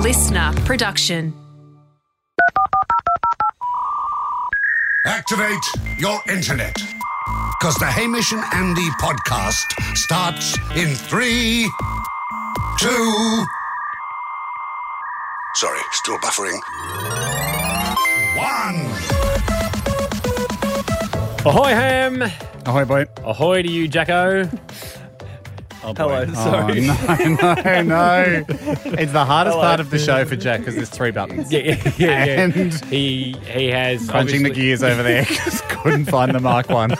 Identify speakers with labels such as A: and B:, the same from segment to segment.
A: listener production.
B: Activate your internet. Because the Hamish and Andy podcast starts in three, two. Sorry, still buffering. One.
C: Ahoy, Ham!
D: Ahoy, boy.
C: Ahoy to you, Jacko.
D: Oh, boy.
C: Hello, sorry.
D: Oh, no, no, no. It's the hardest part of the show for Jack because there's three buttons.
C: Yeah, yeah, yeah, yeah.
D: And-
C: he he has
D: Punching the
C: obviously-
D: gears over there because couldn't find the mark one.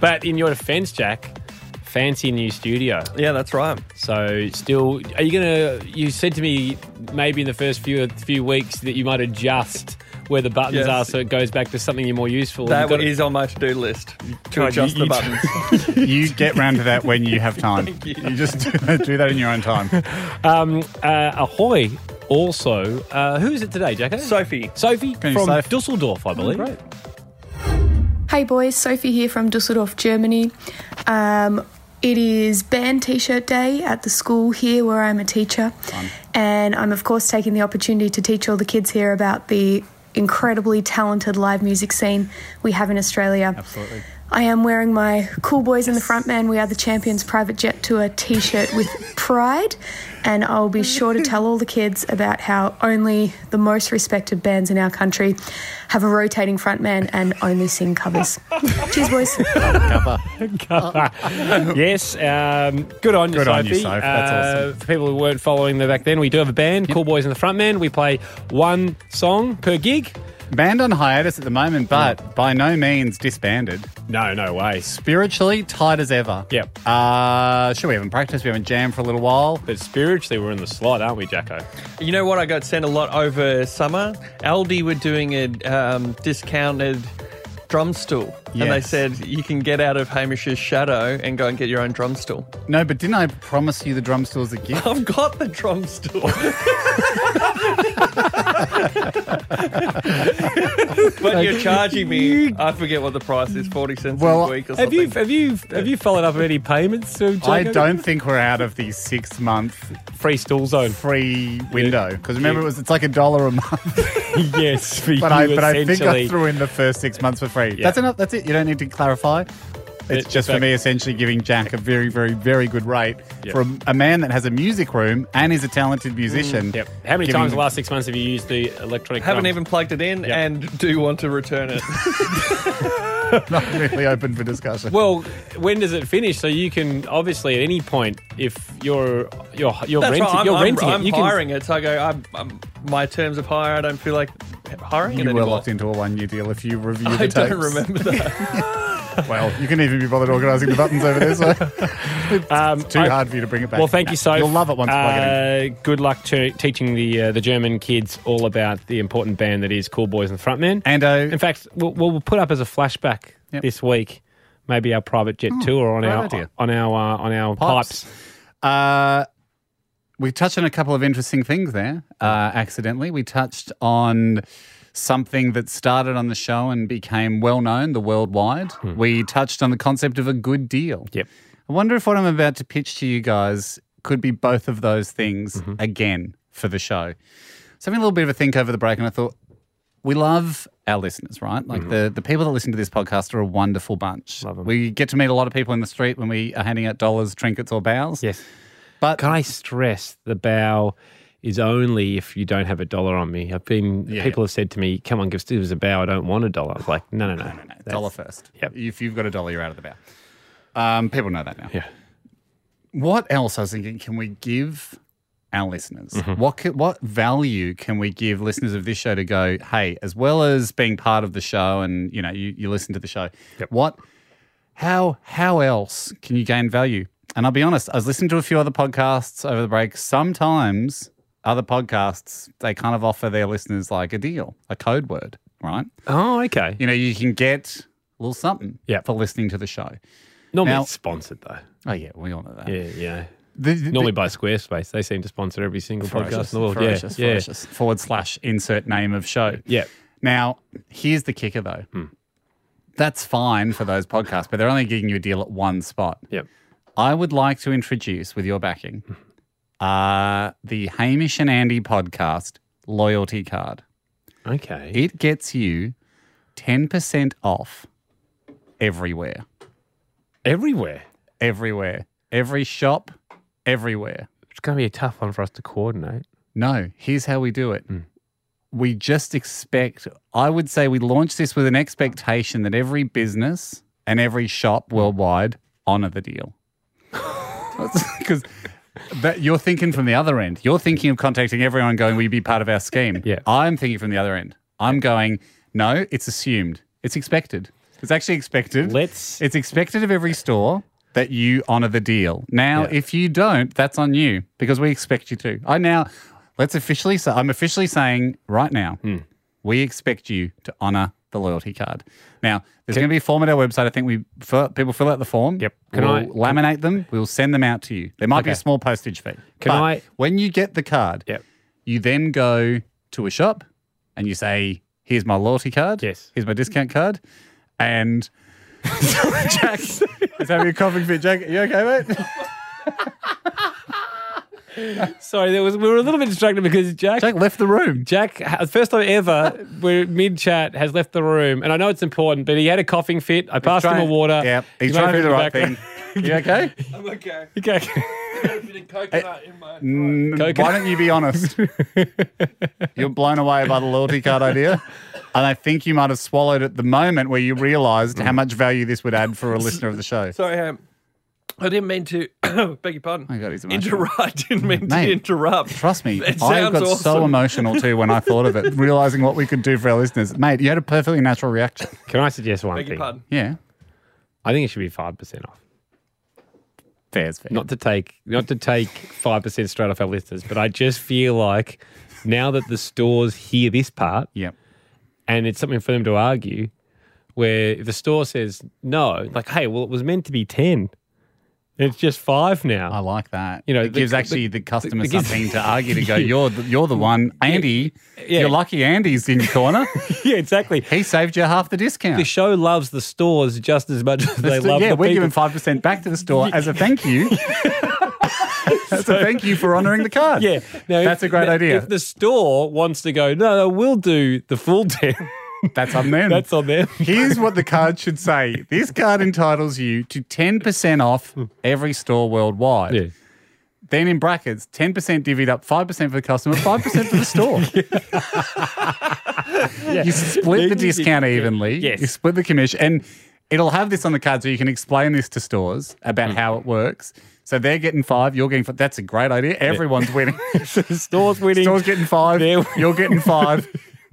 C: But in your defence, Jack, fancy new studio.
E: Yeah, that's right.
C: So still, are you gonna? You said to me maybe in the first few few weeks that you might adjust where the buttons
E: Yes.
C: are so it goes back to something you're more useful.
E: That
C: You've got to-
E: is on my to-do list to
C: God,
E: adjust
C: you-
E: the
C: you-
E: buttons.
D: You get round to that when you have time.
E: Thank
D: You.
E: you.
D: just do, do that in your own time.
C: um, uh, ahoy. Also, uh, who is it today, Jacko?
E: Sophie.
C: Sophie
D: Can you
C: from
D: say- Oh,
C: Dusseldorf, I believe.
D: great.
F: Hey boys, Sophie here from Dusseldorf, Germany. Um, it is band t shirt day at the school here where I'm a teacher. And I'm, of course, taking the opportunity to teach all the kids here about the incredibly talented live music scene we have in Australia.
D: Absolutely.
F: I am wearing my Cool Boys in the Front Man, We Are the Champions Private Jet Tour t shirt with pride. And I'll be sure to tell all the kids about how only the most respected bands in our country have a rotating frontman and only sing covers. Cheers, boys.
C: yes, um, good on you,
D: Good
C: Sophie.
D: on you, Soph. That's
C: Uh, For people who weren't following the back then, we do have a band, Cool Boys and the Frontman. We play one song per gig.
D: Band on hiatus at the moment, but by no means disbanded.
C: No, no way.
D: Spiritually tight as ever.
C: Yep.
D: Uh, sure, we haven't practiced. We haven't jammed for a little while.
C: But spiritually, we're in the slot, aren't we, Jacko?
E: You know what I got sent a lot over summer? Aldi were doing a um, discounted drum stool. And they
D: Yes.
E: said you can get out of Hamish's shadow and go and get your own drum stool.
D: No, but didn't I promise you the drum stool's a gift?
E: I've got the drum stool. but you're charging me, I forget what the price is, 40 cents
D: Well,
E: a week or something.
C: Have you have you have you followed up any payments? To Jacko?
D: I don't think we're out of the six month
C: Free stool zone.
D: free window because remember it was it's like a dollar a month.
C: yes, for
D: But
C: you
D: I but I think I
C: essentially.
D: threw in the first six months for free.
C: Yeah.
D: That's enough. That's it. You don't need to clarify. It's
C: It-
D: just for
C: in fact-
D: me essentially giving Jack a very very very good rate
C: Yeah. Mm,
D: for a, a man that has a music room and is a talented musician.
C: Yep. How many
D: Giving-
C: times in the last six months have you used the electronic?
E: Haven't
C: drum?
E: even plugged it in
C: Yeah.
E: and do want to return it.
D: not really open for discussion?
C: Well, when does it finish? So you can obviously at any point, if you're you're you're
E: That's
C: renting,
E: right. I'm,
C: you're
E: I'm-
C: renting
E: I'm
C: it. You
E: hiring it. So I go. I'm, I'm, my terms of hire. I don't feel like hiring
D: you
E: it
D: were
E: anymore.
D: locked into a one year deal if you review the
E: I
D: tapes.
E: don't remember that.
D: Well, you can even be bothered organising the buttons over there. So it's
C: Um,
D: too
C: I-
D: hard for you to bring it back.
C: Well, thank you, so.
D: You'll love it once you plug it in.
C: uh, Good luck to teaching the uh, the German kids all about the important band that is Cool Boys and the Frontmen.
D: And uh,
C: in fact, we'll, we'll put up as a flashback
D: Yep. Hmm,
C: this week, maybe our private jet tour on
D: great
C: our
D: idea.
C: on our uh, on our
D: Pipes.
C: pipes.
D: Uh, we touched on a couple of interesting things there uh, accidentally. We touched on something that started on the show and became well known the worldwide. We touched on the concept of a good deal.
C: Hmm. Yep.
D: I wonder if what I'm about to pitch to you guys could be both of those things
C: Mm-hmm.
D: again for the show. So having a little bit of a think over the break, and I thought we love our listeners, right? Like the, the people that listen to this podcast are a wonderful bunch. Love
C: Mm-hmm. 'em.
D: We get to meet a lot of people in the street when we are handing out dollars, trinkets, or bows.
C: Yes,
D: But
C: can I stress the bow? Is only if you don't have a dollar on me. I've been people have said to me, "Come on, give us- give us a bow." I don't want a dollar. I was like, "No, no, no, no,
D: No, dollar first.
C: Yep.
D: If you've got a dollar, you're out of the bow. Um, people know that now.
C: Yeah.
D: What else I was thinking? Can we give our listeners
C: Mm-hmm.
D: what ca- what value can we give listeners of this show to go? Hey, as well as being part of the show, and you know, you, you listen to the show. What? How how else can you gain value? And I'll be honest, I was listening to a few other podcasts over the break. Sometimes other podcasts they kind of offer their listeners like a deal, a code word, right?
C: Oh, okay.
D: you know, you can get a little something
C: Yeah.
D: for listening to the show.
C: Normally
D: Now-
C: it's sponsored though.
D: Oh, yeah, we all know that.
C: Yeah, yeah.
D: The- the-
C: Normally by Squarespace, they seem to sponsor every single podcast in the world.
D: ferocious,
C: yeah,
D: ferocious. Forward slash insert name of show.
C: yeah, Hmm.
D: Now, here's the kicker though. That's fine for those podcasts, but they're only giving you a deal at one spot.
C: yeah, yeah.
D: I would like to introduce, with your backing,
C: Hmm.
D: uh, the Hamish and Andy podcast loyalty card.
C: Okay.
D: It gets you 10% off everywhere.
C: Everywhere.
D: Everywhere. Every shop, everywhere.
C: It's going to be a tough one for us to coordinate.
D: No, here's how we do it. We just expect, I would say we launch this with an expectation that every business and every shop worldwide honor the deal. Because that you're thinking from the other end. You're thinking of contacting everyone going, Will you be part of our scheme?
C: Yeah.
D: I'm thinking from the other end. I'm going, No, it's assumed. It's expected. It's actually expected.
C: Let's-
D: It's expected of every store that you honor the deal. Now, if you don't, that's on you because we expect you to. I now, let's officially say, I'm officially saying right now,
C: Hmm.
D: we expect you to honor the loyalty card. Now, there's going to be a form at our website. I think we fill, people fill out the form.
C: Yep. Can
D: we'll
C: I-
D: laminate them. We'll send them out to you. There might be a
C: Okay.
D: small postage fee.
C: Can
D: But
C: I-
D: When you get the card,
C: Yep.
D: you then go to a shop and you say, "Here's my loyalty card.
C: Yes.
D: Here's my discount card." And Jack is having a coughing fit. Jack, you okay, mate?
C: Sorry, there was we were a little bit distracted because Jack
D: Jack left the room.
C: Jack, ha- first time ever, we're mid chat, has left the room. And I know it's important, but he had a coughing fit. I passed him a
D: Trying-
C: water.
D: Yep. He's
C: He
D: trying to
C: made
D: do the right
C: back-
D: thing. You okay?
E: I'm okay.
C: Okay.
E: Got a bit of coconut in my
D: Mm,
C: Coconut.
D: Why don't you be honest? You're blown away by the loyalty card idea. And I think you might have swallowed at the moment where you realized how much value this would add for a listener of the show.
E: Sorry, um, I didn't mean to. beg your pardon.
D: my God, he's emotional.
E: interrupt. I didn't mean
D: Mate,
E: to interrupt.
D: Trust me, I
E: It
D: got
E: sounds
D: so
E: awesome.
D: emotional too when I thought of it, realizing what we could do for our listeners. Mate, you had a perfectly natural reaction.
C: Can I suggest one
E: Beg your
C: thing?
E: pardon.
D: Yeah.
C: I think it should be 5% off.
D: Fair's fair.
C: Not to take not to take 5% straight off our listeners, but I just feel like now that the stores hear this part
D: yep.
C: and it's something for them to argue, where if the store says no, like, hey, well, it was meant to be 10, and it's just five now.
D: I like that.
C: You know,
D: it
C: the-
D: gives
C: the-
D: actually the, customer
C: the- gives-
D: something to argue to go, you're the, you're the one. Andy,
C: Yeah.
D: you're lucky Andy's in your corner.
C: yeah, exactly.
D: he saved you half the discount.
C: The show loves the stores just as much as they
D: That's the-
C: love
D: yeah,
C: the
D: we're
C: people.
D: giving five percent back to the store as a thank you. as a thank you for honouring the card.
C: Yeah, now,
D: that's
C: if-
D: a great
C: now,
D: idea.
C: If the store wants to go, no, no we'll do the full ten.
D: that's on them.
C: That's on them.
D: Here's what the card should say. This card entitles you to ten percent off every store worldwide.
C: Yeah.
D: Then in brackets, ten percent divvied up, five percent for the customer, five percent for the store. You split the discount evenly.
C: Yes.
D: You split the commission, and it'll have this on the card so you can explain this to stores
C: Mm.
D: about how it works. So they're getting five, you're getting five. That's a great idea. Everyone's winning.
C: the store's winning.
D: Store's getting five.
C: They're-
D: You're getting five.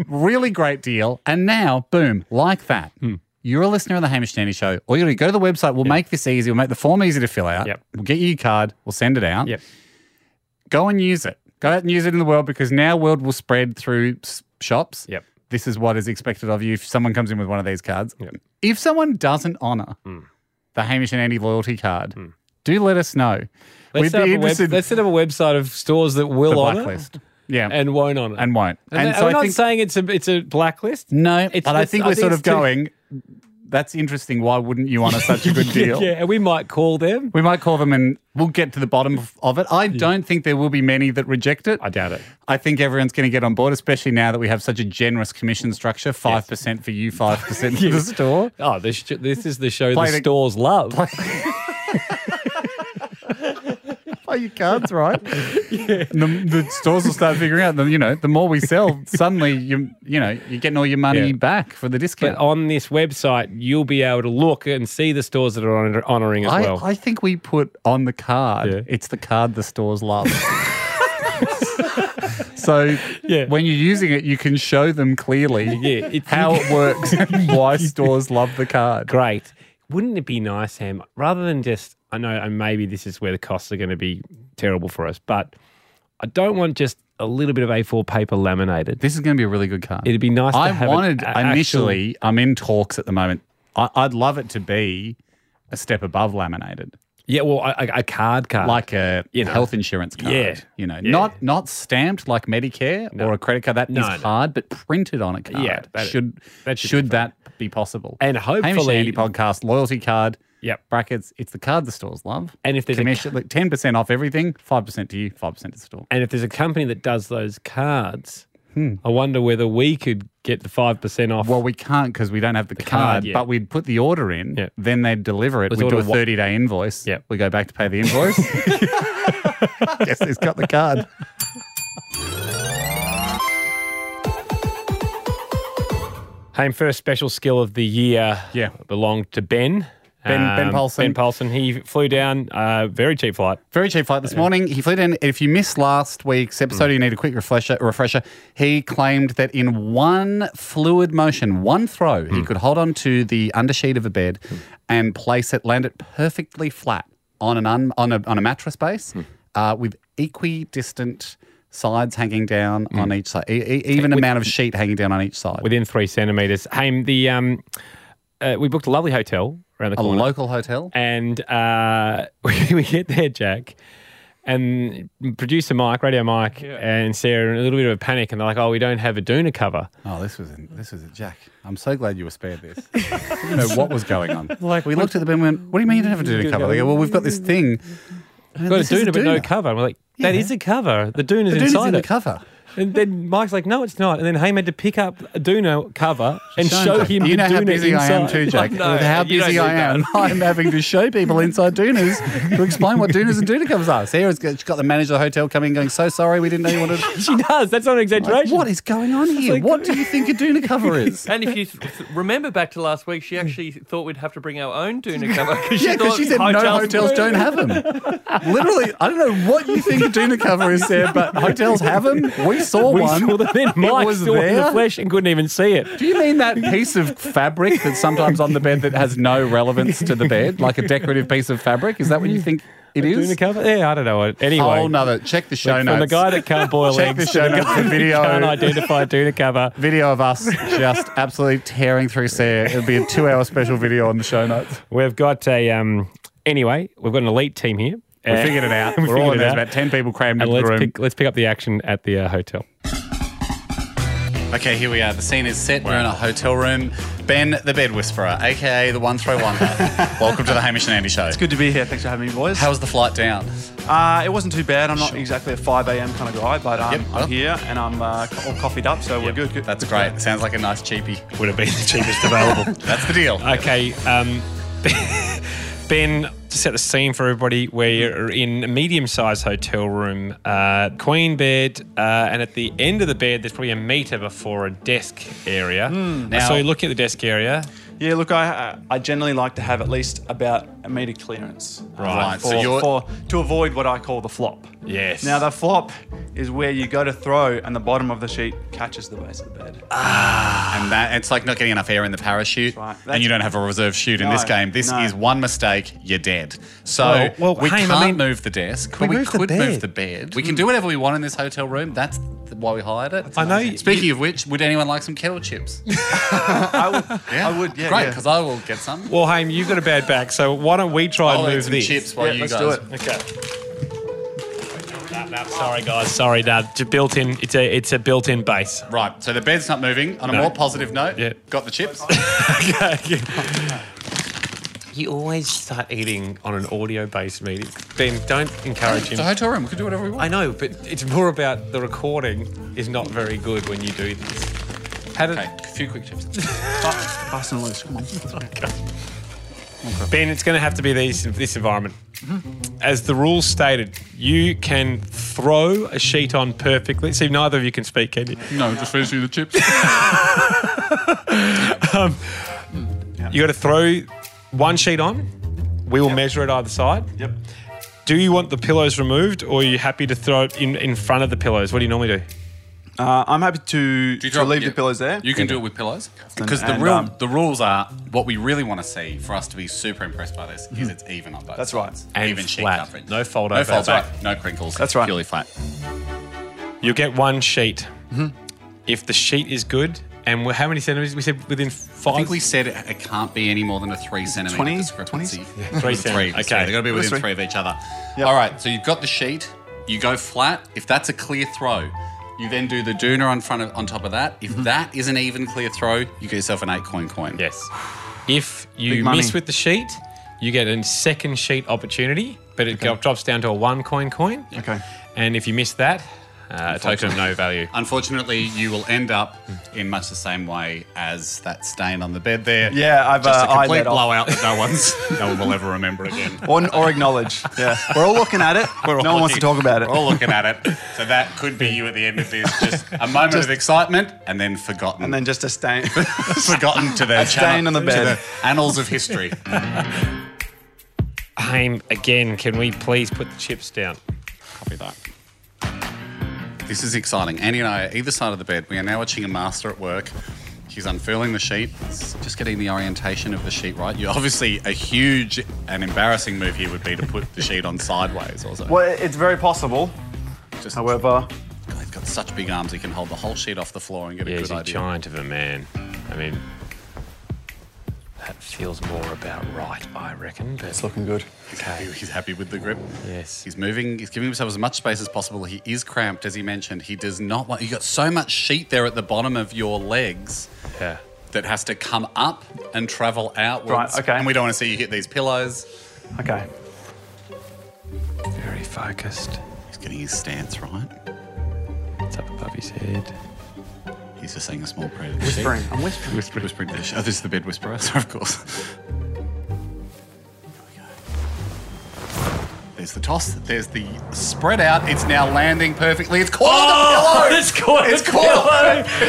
D: really great deal. And now, boom, like that.
C: Hmm.
D: You're a listener of the Hamish Nanny Show. All you do, go to the website. We'll make this easy. We'll make the form easy to fill out.
C: Yep.
D: We'll get you your card. We'll send it out.
C: Yep.
D: Go and use it. Go out and use it in the world because now world will spread through s- shops.
C: Yep.
D: This is what is expected of you if someone comes in with one of these cards.
C: Yep. Hmm.
D: If someone doesn't honor the Hamish and Andy loyalty card, do let us know.
C: Let's set, up a web, let's set up a website of stores that will
D: the
C: honor
D: blacklist. Yeah.
C: and won't honor.
D: and won't.
C: and,
D: And
C: I'm not saying it's a it's a blacklist.
D: No,
C: It's-
D: but I
C: it's-
D: think
C: I
D: we're
C: think
D: sort
C: it's
D: of
C: too-
D: going. That's interesting. Why wouldn't you honor such a good deal?
C: Yeah, and we might call them.
D: We might call them, and we'll get to the bottom of- of it. I don't think there will be many that reject it.
C: I doubt it.
D: I think everyone's going to get on board, especially now that we have such a generous commission structure: five percent for you, five percent for the store.
C: Oh, this sh- this is the show
D: Play
C: the
D: the-
C: stores love.
D: Oh, your cards right. And the, the stores will start figuring out. that you know, the more we sell, suddenly you you know you're getting all your money
C: Yeah.
D: back for the
C: But
D: discount.
C: on this website, you'll be able to look and see the stores that are honor- honoring as
D: I,
C: well.
D: I think we put on the card.
C: Yeah.
D: It's the card the stores love. so
C: Yeah.
D: when you're using it, you can show them clearly
C: Yeah, it's-
D: how it works and why stores love the card.
C: great. Wouldn't it be nice, Sam, rather than just, I know, and maybe this is where the costs are going to be terrible for us, but I don't want just a little bit of A4 paper laminated.
D: This is going to be a really good card.
C: It'd be nice to
D: I
C: have an
D: wanted
C: a- actual-
D: initially. I'm in talks at the moment. I, I'd love it to be a step above laminated,
C: Yeah, well, a, a- a card card.
D: like a
C: you know.
D: Uh, health insurance card.
C: Yeah.
D: you know, not not stamped like Medicare or a credit card. That is
C: No, no.
D: hard, but printed on a card.
C: that-
D: should
C: that should
D: should,
C: be
D: that be possible?
C: And
D: Hamish and
C: hopefully-
D: Andy podcast loyalty card.
C: Yep.
D: Brackets. It's the card the stores love.
C: And if there's a
D: commission, ten percent off everything, five percent to you, five percent to the store.
C: And if there's a company that does those cards, I wonder whether we could get the 5% off.
D: Hmm. Well, we can't because we don't have the,
C: card,
D: card,
C: yeah.
D: but we'd put the order in,
C: Yeah.
D: then they'd deliver it.
C: Let's
D: We'd do
C: order
D: a
C: one-
D: 30 day invoice.
C: Yeah.
D: We go back to pay the invoice. Guess he's got the card.
C: Hey, and first special skill of the year
D: Yeah.
C: belonged to Ben. Um,
D: Ben- Ben Paulson.
C: Ben Paulson. He flew down, uh, very cheap flight.
D: Very cheap flight this morning. He flew in. If you missed last week's episode, you need a quick refresher. Refresher. He claimed that in one fluid motion, one throw, he could hold on to the undersheet of a bed and place it, land it perfectly flat on an un, on a on a mattress base uh, with equidistant sides hanging down on each side, e- e- even amount of sheet hanging down on each side.
C: within three centimeters. Hey, the um, uh, we booked a lovely hotel around the
D: a
C: corner,
D: local hotel.
C: and uh, we, we get there, Jack, and producer Mike, radio Mike, and Sarah are in a little bit of a panic, and they're like, "Oh, we don't have a Duna cover."
D: Oh, this was in, this was it, Jack. I'm so glad you were spared this. I didn't know what was going on. Like we looked at the bin, and went, "What do you mean you don't have to do a cover?" They go, "Well, we've got this thing.
C: We've got
D: this
C: a
D: is
C: Duna,
D: a
C: but no
D: Duna.
C: cover. And we're like, "That
D: Yeah.
C: is a cover. The Duna's
D: The Duna's
C: inside
D: in the
C: it."
D: cover."
C: And then Mike's like, "No, it's not." And then Haim had to pick up a Duna cover and show
D: Don't
C: him. the
D: You know
C: Duna
D: how busy
C: inside.
D: I am too, Jack.
E: No,
D: With how
E: you don't
D: busy
E: do
D: I am, I'm having to show people inside Dunas to explain what Dunas and Duna covers are. Sarah's got, she's got the manager of the hotel coming, going, "So sorry, we didn't know you wanted."
C: She does. That's not an
D: Like,
C: exaggeration.
D: what is going on here? what do you think a Duna cover is?
E: And if you th- th- remember back to last week, she actually thought we'd have to bring our own Duna cover because she
D: Yeah, because
E: thought
D: she said
E: hotels,
D: no hotels don't have them. Literally, I don't know what you think a Duna cover is there, but hotels have them. We saw
C: We
D: one.
C: saw that then Mike
D: was
C: saw it in the
D: there?
C: flesh and couldn't even see it.
D: Do you mean that piece of fabric that's sometimes on the bed that has no relevance to the bed, like a decorative piece of fabric? Is that what you think it
C: Doing
D: is?
C: the cover? Yeah, I don't know. Anyway,
D: Whole nother. Check the show
C: from
D: notes.
C: the guy that can't boil
D: Check the
C: eggs, to
D: show
C: the
D: notes
C: guy
D: for
C: that
D: video.
C: can't identify tuna cover.
D: Video of us just absolutely tearing through Sarah. It'll be a two-hour special video on the show notes.
C: We've got a um. Anyway, we've got an elite team here.
D: We figured it out.
C: We
D: We're all
C: figured
D: in
C: it
D: there.
C: out.
D: About ten people crammed
C: and
D: into the
C: let's
D: room.
C: pick, let's pick up the action at the uh, hotel.
D: Okay, here we are. The scene is set. We're in a hotel room. Ben, the bed whisperer, aka the one throw wonder. Welcome to the Hamish and Andy show.
A: Good to be here. Thanks for having me, boys.
D: How was the flight down?
A: Uh, it wasn't too bad. I'm not exactly a 5 a.m. kind of guy, but um,
D: Yep, well.
A: I'm here and I'm uh, co- all coffeeed up, so we're good. good.
D: That's great. Sounds like a nice cheapie.
C: Would have been the cheapest available.
D: That's the deal.
C: okay. Um, Ben, to set the scene for everybody, we're in a medium-sized hotel room, uh, queen bed, uh, and at the end of the bed, there's probably a meter before a desk area.
D: Hmm. Now-
C: so you're looking at the desk area.
A: Yeah, look, I uh, I generally like to have at least about a meter clearance. Uh,
D: Right, so
A: For,
D: you're-
A: for, to avoid what I call the flop.
C: Yes.
A: Now, the flop is where you go to throw and the bottom of the sheet catches the base of the bed.
D: And that it's like not getting enough air in the parachute,
A: right.
D: and you
A: That's-
D: don't have a reserve chute in
A: No,
D: this game. This
A: no.
D: is one mistake, you're dead. So
C: Well, well,
D: we
C: Haim, I
D: can't
C: mean-
D: move the desk,
C: we
D: but we,
C: moved the
D: could
C: bed. Hmm.
D: move the bed. We can do whatever we want in this hotel room. That's th- why we hired it.
C: I know amazing. you-
D: Speaking of which, would anyone like some kettle chips?
A: I would, I would, yeah.
D: Great,
A: yeah.
D: because I will get some.
C: Well, Haim, you've got a bad back, so why don't we try
D: I'll
C: and
D: eat
C: move
D: some
C: these?
D: chips while
A: Yeah,
D: you
A: let's
D: guys.
A: do it.
C: Okay. Nah, nah, sorry, guys. Sorry, Dad. It's a built-in. It's a it's a built-in base.
D: Right, so the bed's not moving. On a
C: No.
D: more positive note,
C: Yeah.
D: got the chips.
C: okay. You always start eating on an audio-based meeting. Ben, don't encourage
D: it's a
C: him.
D: hotel room. We can do whatever we want.
C: I know, but it's more about the recording is not very good when you do this. How did
D: Okay, a few quick chips.
A: Nice and loose. Come on.
C: Ben, it's going to have to be these, this environment.
A: Mm-hmm.
C: As the rules stated, you can throw a sheet on perfectly. See, neither of you can speak, can you?
D: no, just finishing the chips.
C: Um, You got to throw one sheet on. We will measure it either side.
A: Yep.
C: Do you want the pillows removed, or are you happy to throw it in, in front of the pillows? What do you normally do?
A: Uh, I'm happy to,
D: Do you
A: to
D: drop-
A: leave
D: yeah.
A: the pillows there.
D: You can do it with pillows because the
A: And,
D: real
A: um,
D: the rules are what we really want to see for us to be super impressed by this is it's even on both.
A: Hmm. That's right.
D: sides.
C: And
D: even sheet
C: flat.
D: coverage.
C: No fold
D: no
C: over.
D: fold
C: That's
D: back, no crinkles.
A: That's right.
D: Purely flat.
C: You get one sheet. If the sheet is good, and we're, how many centimeters? We said within five.
D: I think we said it, it can't be any more than a three centimeter
A: 20?
D: discrepancy.
A: 20s?
C: Three
D: Three.
C: centimeters.
D: Okay,
C: Okay.
D: they've got to be within
A: three.
D: three of each other.
A: Yep.
D: All right, so you've got the sheet. You go flat. If that's a clear throw, you then do the doona on front of on top of that. If
A: Mm-hmm.
D: that is an even clear throw, you get yourself an eight coin coin.
C: Yes. If you
A: Big money.
C: miss with the sheet, you get a second sheet opportunity, but it go- drops down to a one coin coin.
A: Okay.
C: And if you miss that, uh, a token of no value.
D: Unfortunately, you will end up in much the same way as that stain on the bed there.
A: Yeah, I've,
D: just
A: uh,
D: a
A: eyed
D: complete
A: that off.
D: blowout that no one's no one will ever remember again.
A: Or, or acknowledge. Yeah. We're all looking at it.
D: We're all
A: no one wants to
D: looking-
A: talk about it.
D: We're all looking at it. So that could be you at the end of this. Just a moment of excitement and then forgotten.
A: and then just a stain.
D: forgotten to the
A: A stain
D: channel-
A: on the
D: to
A: bed.
D: the annals of history.
C: Haim, again, can we please put the chips down?
D: Copy that. This is exciting. Annie and I are either side of the bed. We are now watching a master at work. She's unfurling the sheet, just getting the orientation of the sheet right. You obviously a huge and embarrassing move here would be to put the sheet on sideways. Also,
A: well, it's very possible.
D: Just,
A: However,
D: God, he's got such big arms he can hold the whole sheet off the floor and get
C: Yeah,
D: a
C: he's
D: good
C: a
D: idea.
C: giant of a man. I mean, that feels more about right, I reckon. But
A: it's looking good.
D: He's happy, he's happy with the grip.
C: Yes.
D: He's moving. He's giving himself as much space as possible. He is cramped, as he mentioned. He does not want. You got so much sheet there at the bottom of your legs
C: yeah.
D: that has to come up and travel outwards.
A: Right, okay.
D: And we don't want to see you hit these pillows.
A: Okay.
C: Very focused.
D: He's getting his stance right.
C: It's up above his head.
D: He's just saying a small prayer. to the
A: Whispering.
D: sheet.
A: I'm whispering.
D: Whispering. Whispering to the sheet. Oh, this is the bed whisperer, so of course. Here we go. There's the toss. There's the spread out. It's now landing perfectly. It's caught
A: Oh,
D: on the pillow.
C: It's caught.
D: Oh! It's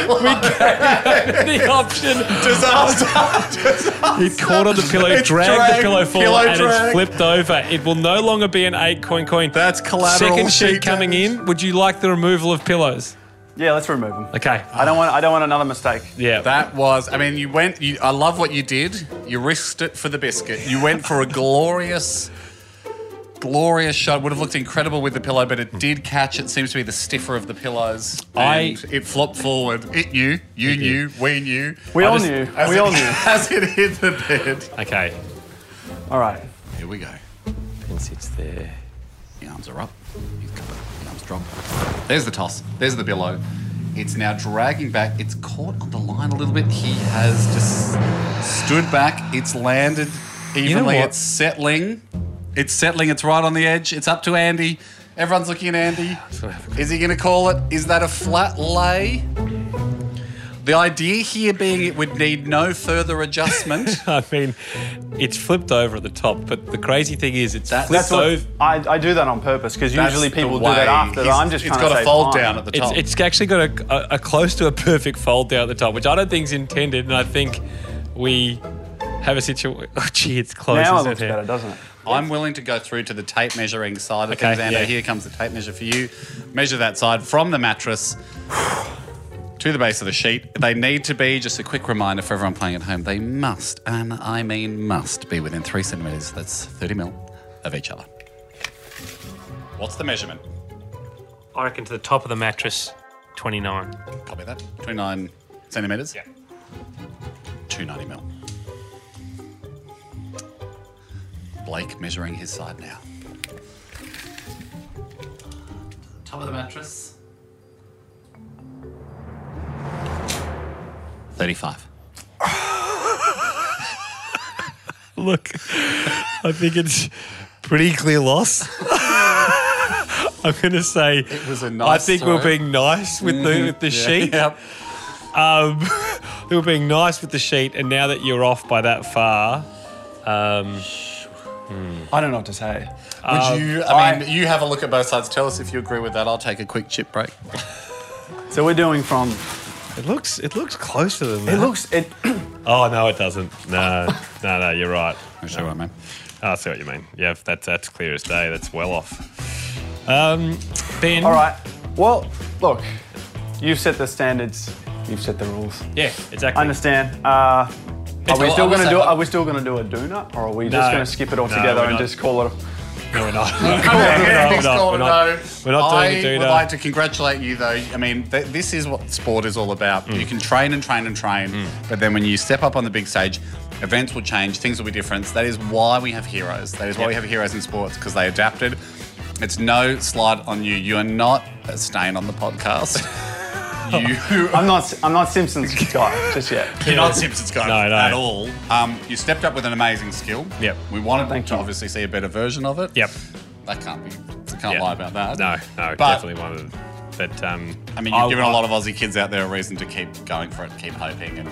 D: caught.
C: the option.
D: Disaster. Disaster.
C: It caught on the pillow,
D: It's
C: dragged
D: dragged,
C: the pillow forward,
D: pillow
C: and
D: dragged.
C: it's flipped over. It will no longer be an eight coin coin.
D: That's collateral
C: Second sheet
D: sheet
C: coming
D: damage.
C: in. Would you like the removal of pillows?
A: Yeah, let's remove them.
C: Okay.
A: I don't want. I don't want another mistake.
C: Yeah.
D: That was, I mean, you went, you, I love what you did. You risked it for the biscuit. You went for a glorious, glorious shot. Would have looked incredible with the pillow, but
A: Hmm.
D: it did catch. It seems to be the stiffer of the pillows.
C: I-
D: And it flopped forward. It knew. You knew. We knew.
A: We all
C: just-
A: knew.
D: As
A: We
D: it,
A: all knew.
D: As it hit the bed.
C: okay.
A: All right.
D: Here we go.
C: Pin sits there.
D: The arms are up. He's covered. The arms drop. There's the toss. There's the billow. It's now dragging back. It's caught on the line a little bit. He has just stood back. It's landed evenly.
C: what?
D: It's settling. It's settling. It's right on the edge. It's up to Andy. Everyone's looking at Andy. Is he going to call it? Is that a flat lay? The idea here being it would need no further adjustment.
C: I mean, it's flipped over at the top, but the crazy thing is, it's
D: That-
C: flipped
A: That's what,
C: over.
A: I, I do that on purpose because
D: That's
A: usually
D: the
A: people do
D: way.
A: that after.
D: He's-
A: I'm just
D: It's
A: trying
D: got
A: to
D: a
A: save
D: fold
A: time.
D: down at the
C: It's,
D: top.
C: it's actually got a, a, a close to a perfect fold down at the top, which I don't think is intended, and I think we have a situation. Oh, gee, it's close.
A: Now it
C: isn't
A: looks
C: it?
A: better, doesn't it?
D: I'm willing to go through to the tape measuring side of
C: Okay,
D: things, Ando.
C: yeah.
D: Here comes the tape measure for you. Measure that side from the mattress to the base of the sheet. They need to be, just a quick reminder for everyone playing at home, they must, and I mean must, be within three centimetres, that's 30 mil, of each other. What's the measurement?
G: I reckon to the top of the mattress, 29.
D: Copy that. 29 centimetres?
G: Yeah.
D: 290 mil. Blake measuring his side now. Top of the mattress. 35.
C: Look, I think it's pretty clear loss. I'm going to say it
D: was a
C: I
D: nice
C: think we're
D: throw.
C: being nice with the with the sheet. Um, we were being nice with the sheet, and now that you're off by that far, um,
A: I don't know what to say.
D: Would you, Uh, I mean, you have a look at both sides. Tell us if you agree with that. I'll take a quick chip break.
A: So we're doing from.
C: it looks it looks closer than
A: It
C: that.
A: looks. It.
C: oh no, it doesn't. No, no, no. You're right.
D: I'll show you what, man.
C: Oh, I see what you mean. Yeah, that's that's clear as day. That's well off. Um, ben.
A: All right. Well, look. You've set the standards. You've set the rules.
C: Yeah,
A: I
C: exactly.
A: understand. Uh, are we
D: all- I
A: still
D: will
A: going to
D: say
A: do?
D: that-
A: Are we still going to do a do not, or are we
C: No.
A: just going to skip it all
C: No,
A: together
C: we're
A: and
C: not.
A: just call it?
C: No, we're not. No,
D: We're
C: we're not. We're not. We're not
D: I
C: doing a do
D: would
C: that.
D: like to congratulate you, though. I mean, th- this is what sport is all about.
H: Mm.
D: You can train and train and train, but then when you step up on the big stage, events will change, things will be different. That is why we have heroes. That is why we have heroes in sports because they adapted. It's no slide on you. You are not a stain on the podcast.
I: you
A: I'm not. I'm not Simpsons guy just yet.
I: You're not Simpsons guy
H: No, no.
I: at all. Um, you stepped up with an amazing skill.
H: Yep.
I: We wanted
A: Thank
I: to
A: you.
I: obviously see a better version of it.
H: Yep.
I: That can't be. I can't
H: Yeah.
I: lie about that.
H: No, no,
I: But,
H: definitely one of them. But um,
I: I mean, you've
H: I-
I: given a lot of Aussie kids out there a reason to keep going for it, keep hoping, and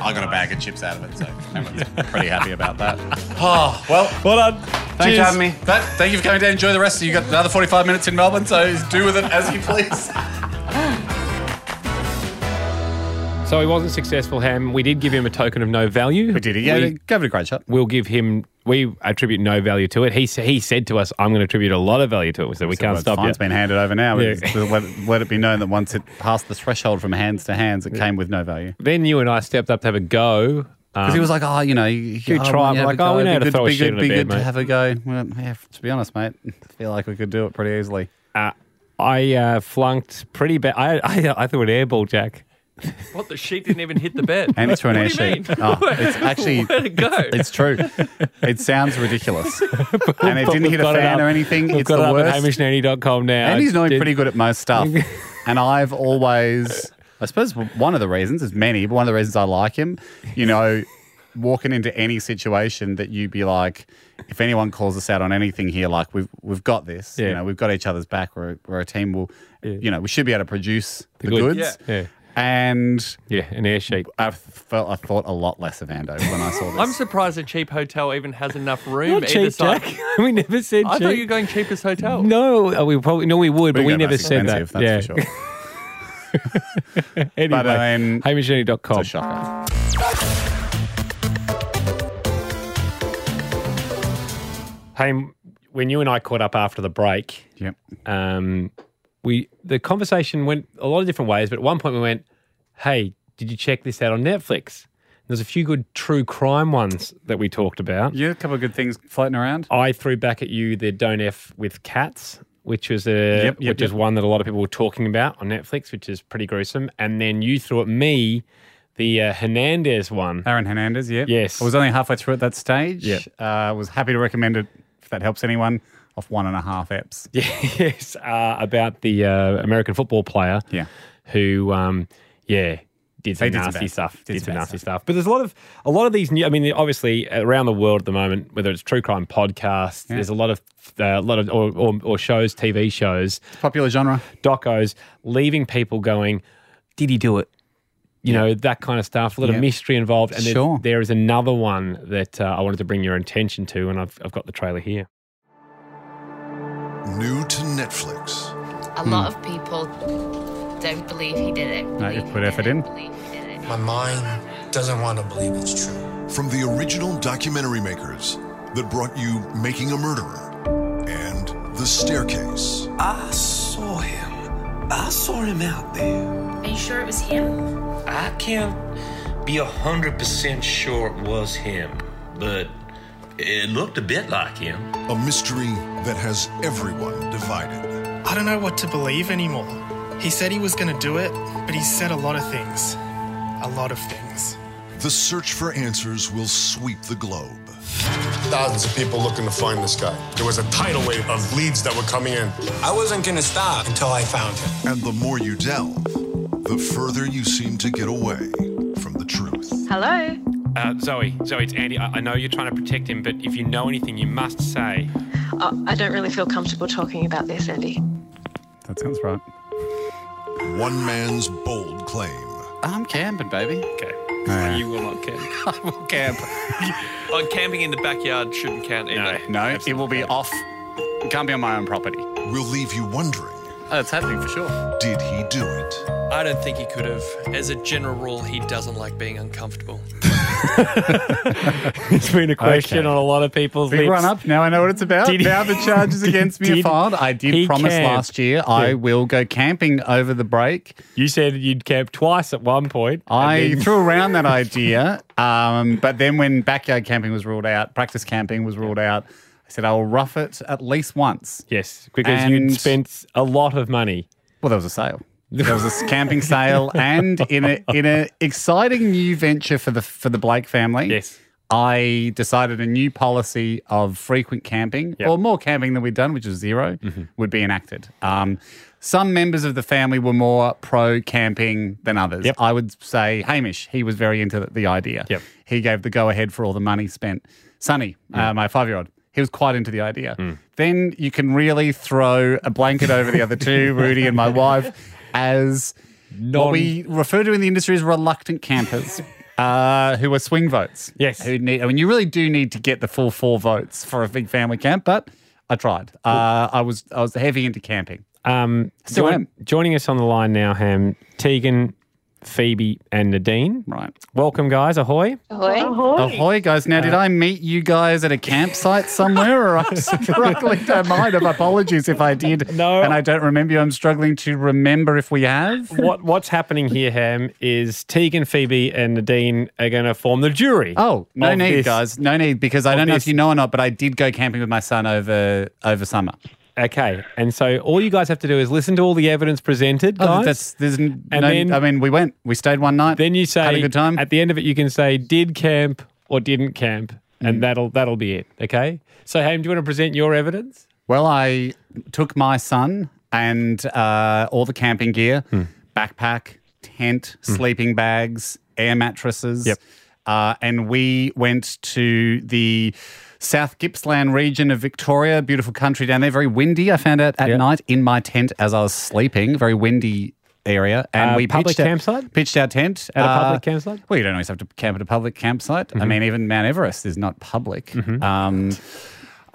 I: I got a bag of chips out of it, so everyone's pretty happy about that. Oh well.
H: Well done.
A: Thanks for
H: Cheers.
A: having me.
I: But thank you for coming down. Enjoy the rest. You got another 45 minutes in Melbourne, so do with it as you please.
C: So he wasn't successful, Ham. We did give him a token of no value.
D: We did it. Yeah,
C: We-
D: gave it a great shot.
C: we'll give him. We attribute no value to it. He s- he said to us, "I'm going to attribute a lot of value to it." We said we can't
D: Well,
C: stop you.
D: Fine's been handed over now.
C: Yeah.
D: It's- Let, it- let it be known that once it passed the threshold from hands to hands, it came with no value.
C: Then you and I stepped up to have a go. Uh,
I: Um,
D: Because he was like, "Oh, you know, you,
C: you try it.
D: have
C: Like,
D: a
C: oh, we
D: go.
C: know how
D: It'd
C: to
D: be
C: throw a
D: good, be
C: shit
D: good,
C: in a
D: be
C: bed,
D: good to
C: mate."
D: have a go." Well, yeah, to be honest, mate, I feel like we could do it pretty easily.
C: Uh, I uh, flunked pretty bad. I, I I threw an airball, Jack.
E: What? The sheet didn't even hit the bed.
D: And it's for an air
E: What do you
D: sheet.
E: mean?
D: Oh, it's actually,
E: Where'd it go?
D: it's true. It sounds ridiculous, and it didn't
C: we've
D: hit a
C: got it
D: fan
C: up.
D: or anything.
C: We've
D: it's
C: got
D: the
C: it up
D: worst.
C: at hamishnanny.com now.
D: And he's
C: I
D: normally
C: did-
D: pretty good at most stuff. and I've always, I suppose, one of the reasons, there's many, but one of the reasons I like him, you know, walking into any situation that you be like, if anyone calls us out on anything here, like we've we've got this, you
C: Yeah.
D: know, we've got each other's back. We're, we're a team. We'll, you know, we should be able to produce the,
C: goods.
D: goods.
C: Yeah. Yeah.
D: And
C: Yeah, an air sheet.
D: I felt I thought a lot less of Ando when I saw this.
E: I'm surprised a cheap hotel even has enough room
C: Not
E: either
C: cheap,
E: side.
C: Jack. we never said
E: I
C: cheap.
E: thought you were going cheapest hotel.
C: no, uh, we probably no, we would, but
D: Bingo,
C: we never
D: that's
C: said that.
D: expensive, That's
C: yeah.
D: for sure.
C: Anyway,
D: But um, I mean,
C: hamishnanny.com.
D: a shocker.
C: Hey, when you and I caught up after the break,
D: Yep.
C: um, we the conversation went a lot of different ways, but at one point we went, "Hey, did you check this out on Netflix?" And There's a few good true crime ones that we talked about.
D: Yeah, a couple of good things floating around.
C: I threw back at you the Don't F with Cats, which was a
D: Yep, yep,
C: which is
D: yep.
C: one that a lot of people were talking about on Netflix, which is pretty gruesome. And then you threw at me the uh, Hernandez one.
D: Aaron Hernandez, yeah.
C: Yes.
D: I was only halfway through at that stage.
C: Yep.
D: Uh, I was happy to recommend it if that helps anyone off one and a half eps.
C: yes, uh, about the uh, American football player.
D: Yeah.
C: Who, um, yeah, did some
D: They did some
C: nasty
D: bad-
C: stuff.
D: did
C: Did
D: some
C: some
D: bad
C: nasty stuff. But there's a lot of a lot of these new. I mean, obviously around the world at the moment, whether it's true crime podcasts, there's a lot of uh, a lot of or, or, or shows, TV shows,
D: Popular genre.
C: docos, leaving people going, did he do it? You know, that kind of stuff, a lot of
D: Yeah.
C: mystery involved. And there's-
D: Sure.
C: there is another one that uh, I wanted to bring your attention to, and I've, I've got the trailer here.
B: New to Netflix.
J: A lot of people don't believe he did it.
D: No, you
J: Believe
D: put
J: he
D: effort
J: did it,
D: in.
J: believe he did it.
F: My mind doesn't want to believe it's true.
B: From the original documentary makers that brought you Making a Murderer and The Staircase.
F: I saw him. I saw him out there.
J: Are you sure it was him?
K: I can't be a hundred percent sure it was him, but it looked a bit like him.
B: A mystery that has everyone divided.
F: I don't know what to believe anymore. He said he was going to do it, but he said a lot of things. A lot of things.
B: The search for answers will sweep the globe.
F: Thousands of people looking to find this guy. There was a tidal wave of leads that were coming in. I wasn't going to stop until I found him.
B: And the more you delve, the further you seem to get away from the truth.
J: Hello?
H: Uh, Zoe, Zoe, it's Andy. I, I know you're trying to protect him, but if you know anything, you must say.
J: I don't really feel comfortable talking about this, Andy.
D: That sounds right.
B: One man's bold claim.
D: I'm camping, baby.
H: Okay. You will not care.
D: Camp.
E: Like camping in the backyard shouldn't count either.
D: No, it will be off. It can't be on my own property.
B: will leave you wondering
D: Oh, it's happening for sure.
B: did he do it?
E: I don't think he could have. As a general rule, he doesn't like being uncomfortable.
C: It's been a question
D: Okay.
C: on a lot of people's
D: Big
C: lips.
D: run up. Now I know what it's about.
C: Did he-
D: now the charges against me
C: Did
D: are filed. I did
C: he
D: promise
C: camp?
D: last year I will go camping over the break.
C: You said you'd camp twice at one point. and
D: I
C: then-
D: threw around that idea, um, but then when backyard camping was ruled out, practice camping was ruled out, I said I will rough it at least once.
C: Yes, because you'd
D: And-
C: spent a lot of money.
D: Well, there was a sale. There was a s- camping sale, and in a in a exciting new venture for the for the Blake family.
C: Yes.
D: I decided a new policy of frequent camping or more camping than we'd done, which was 0
C: Mm-hmm.
D: would be enacted. Um, some members of the family were more pro camping than others. I would say Hamish, he was very into the idea. Yep. He gave the go ahead for all the money spent. Sonny, uh, my five year old, he was quite into the idea. Then you can really throw a blanket over the other two, Rudy and my wife, as what
C: Non-
D: we refer to in the industry as reluctant campers. Uh, who are swing votes? Yes, who need? I mean, you really do need to get the full four votes for a big family camp. But I tried. Uh, I was I was heavy into camping.
C: Um,
D: Still
C: join-
D: am.
C: Joining us on the line now, Ham, Tegan, Phoebe, and Nadine.
D: Right.
C: Welcome, guys. Ahoy.
L: Ahoy.
D: Ahoy, Oh, guys! Now,
C: Uh,
D: did I meet you guys at a campsite somewhere, or I'm struggling to mind? Of apologies if I did. No, and I don't remember you. I'm struggling to remember if we have.
C: What What's happening here, Ham, is Tegan, Phoebe, and Nadine are going to form the jury.
D: Oh, no
C: of
D: need,
C: this.
D: guys. No need because I
C: of
D: don't know if
C: this-
D: you know or not, but I did go camping with my son over over summer.
C: Okay, and so all you guys have to do is listen to all the evidence presented,
D: Oh,
C: guys.
D: that's there's n-
C: And
D: no,
C: then-
D: I mean, we went, we stayed one night.
C: then you say
D: had a good time.
C: At the end of it, you can say did camp or didn't camp,
D: Mm.
C: and that'll that'll be it. Okay. So, Ham, do you want to present your evidence?
D: Well, I took my son and uh, all the camping gear,
C: Hmm.
D: backpack, tent, sleeping bags, air mattresses. Yep. Uh, and we went to the South Gippsland region of Victoria, beautiful country down there, very windy. I found out at night in my tent as I was sleeping, very windy area. And
C: Uh,
D: we
C: public
D: pitched our-
C: campsite?
D: pitched our tent
C: At a
D: uh,
C: public campsite? Mm-hmm.
D: Well, you don't always have to camp at a public campsite. I mean, even Mount Everest is not public. Um,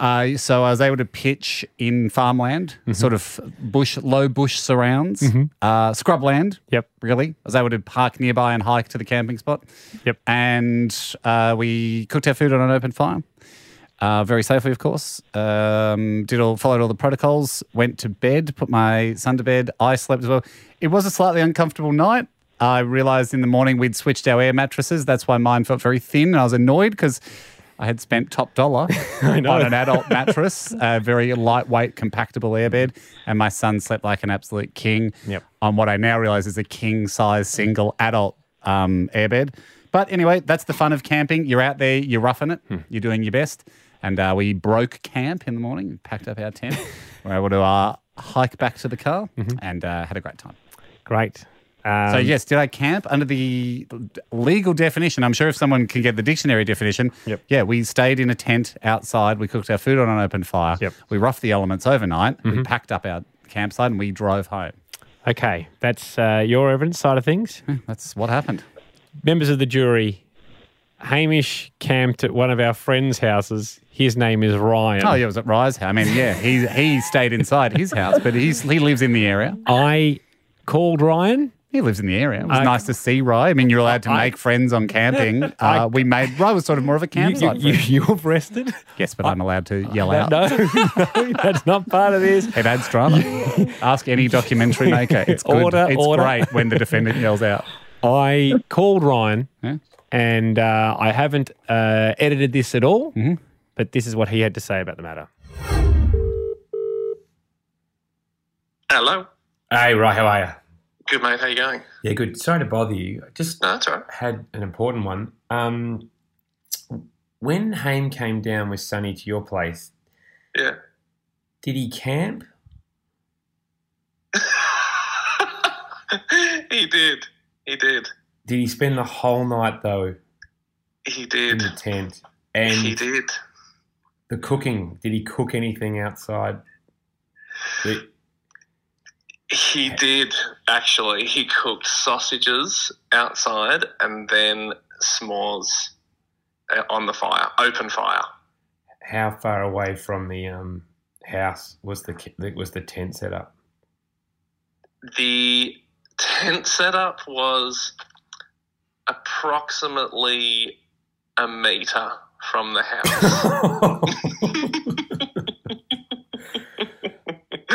D: uh, so I was able to pitch in farmland,
C: Mm-hmm.
D: sort of bush, low bush surrounds, uh, scrubland.
C: Yep.
D: Really, I was able to park nearby and hike to the camping spot.
C: Yep.
D: And uh, we cooked our food on an open fire, uh, very safely, of course. Um, did all followed all the protocols. Went to bed, put my son to bed. I slept as well. It was a slightly uncomfortable night. I realized in the morning we'd switched our air mattresses. That's why mine felt very thin, and I was annoyed because. I had spent top dollar on an adult mattress, a very lightweight, compactable airbed, and my son slept like an absolute king
C: Yep.
D: on what I now realize is a king size single adult um, airbed. But anyway, that's the fun of camping. You're out there, you're roughing it, you're doing your best. And uh, we broke camp in the morning, we packed up our tent, we were able to uh, hike back to the car, and uh, had a great time.
C: Great.
D: So
C: Um,
D: yes, did I camp under the legal definition? I'm sure if someone can get the dictionary definition. Yep. Yeah, we stayed in a tent outside. We cooked our food on an open fire. Yep. Mm-hmm. We roughed the elements overnight. We packed up our campsite and we drove home.
C: Okay, that's uh, your evidence side of things.
D: That's what happened.
C: Members of the jury, Hamish camped at one of our friends' houses. His name is Ryan.
D: Oh yeah, it was at Rye's house. I mean, yeah, he he stayed inside his house, but he's he lives in the area.
C: I called Ryan.
D: He lives in the area. It was
C: I-
D: nice to see Rye. I mean, you're allowed to make friends on camping. Uh, we made Rye was sort of more of a campsite.
C: you-
D: friend.
C: you, you're arrested.
D: yes, but I'm allowed to yell out.
C: No, no, that's not part of this.
D: It adds drama. Ask any documentary maker. It's good.
C: Order,
D: it's
C: order.
D: great when the defendant yells out.
C: I called Ryan, and uh, I haven't uh, edited this at all.
D: Mm-hmm.
C: But this is what he had to say about the matter.
K: Hello.
C: Hey, right, how are you?
K: Good mate, how you going?
C: Yeah, good. Sorry to bother you. I just
K: No, it's all right.
C: had an important one. Um, when Haim came down with Sonny to your place,
K: Yeah.
C: did he camp?
K: he did. He did.
C: Did he spend the whole night though
K: He
C: in
K: did.
C: the tent? And
K: He did.
C: the cooking, did he cook anything outside? The-
K: He did actually. He cooked sausages outside and then s'mores uh, on the fire, open fire.
C: how far away from the um, house was the ki- was the tent set up?
K: The tent setup was approximately a meter from the house.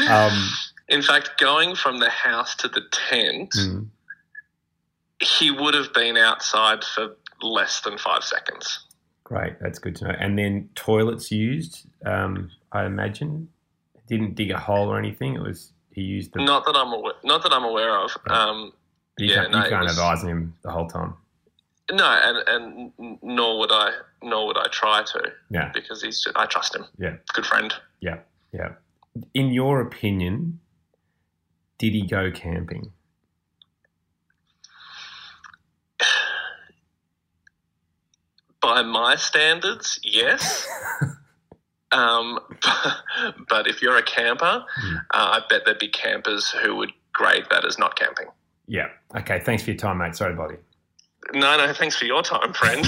C: Um,
K: In fact, going from the house to the tent,
C: Mm.
K: he would have been outside for less than five seconds.
C: Great, that's good to know. And then toilets used, um, I imagine. Didn't dig a hole or anything. It was he used the.
K: Not that I'm aware. Not that I'm aware of. Um,
C: you
K: yeah,
C: can't,
K: no,
C: you
K: it
C: can't
K: was-
C: advise him the whole time.
K: No, and, and n- nor would I, nor would I try to.
C: Yeah.
K: Because he's, I trust him.
C: Yeah.
K: Good friend.
C: Yeah. Yeah. In your opinion, did he go camping?
K: By my standards, yes. um, but, if you're a camper, uh,
C: Hmm.
K: I bet there'd be campers who would grade that as not camping.
C: Yeah. Okay. Thanks for your time, mate. Sorry, buddy.
K: No, no, thanks for your time, friend.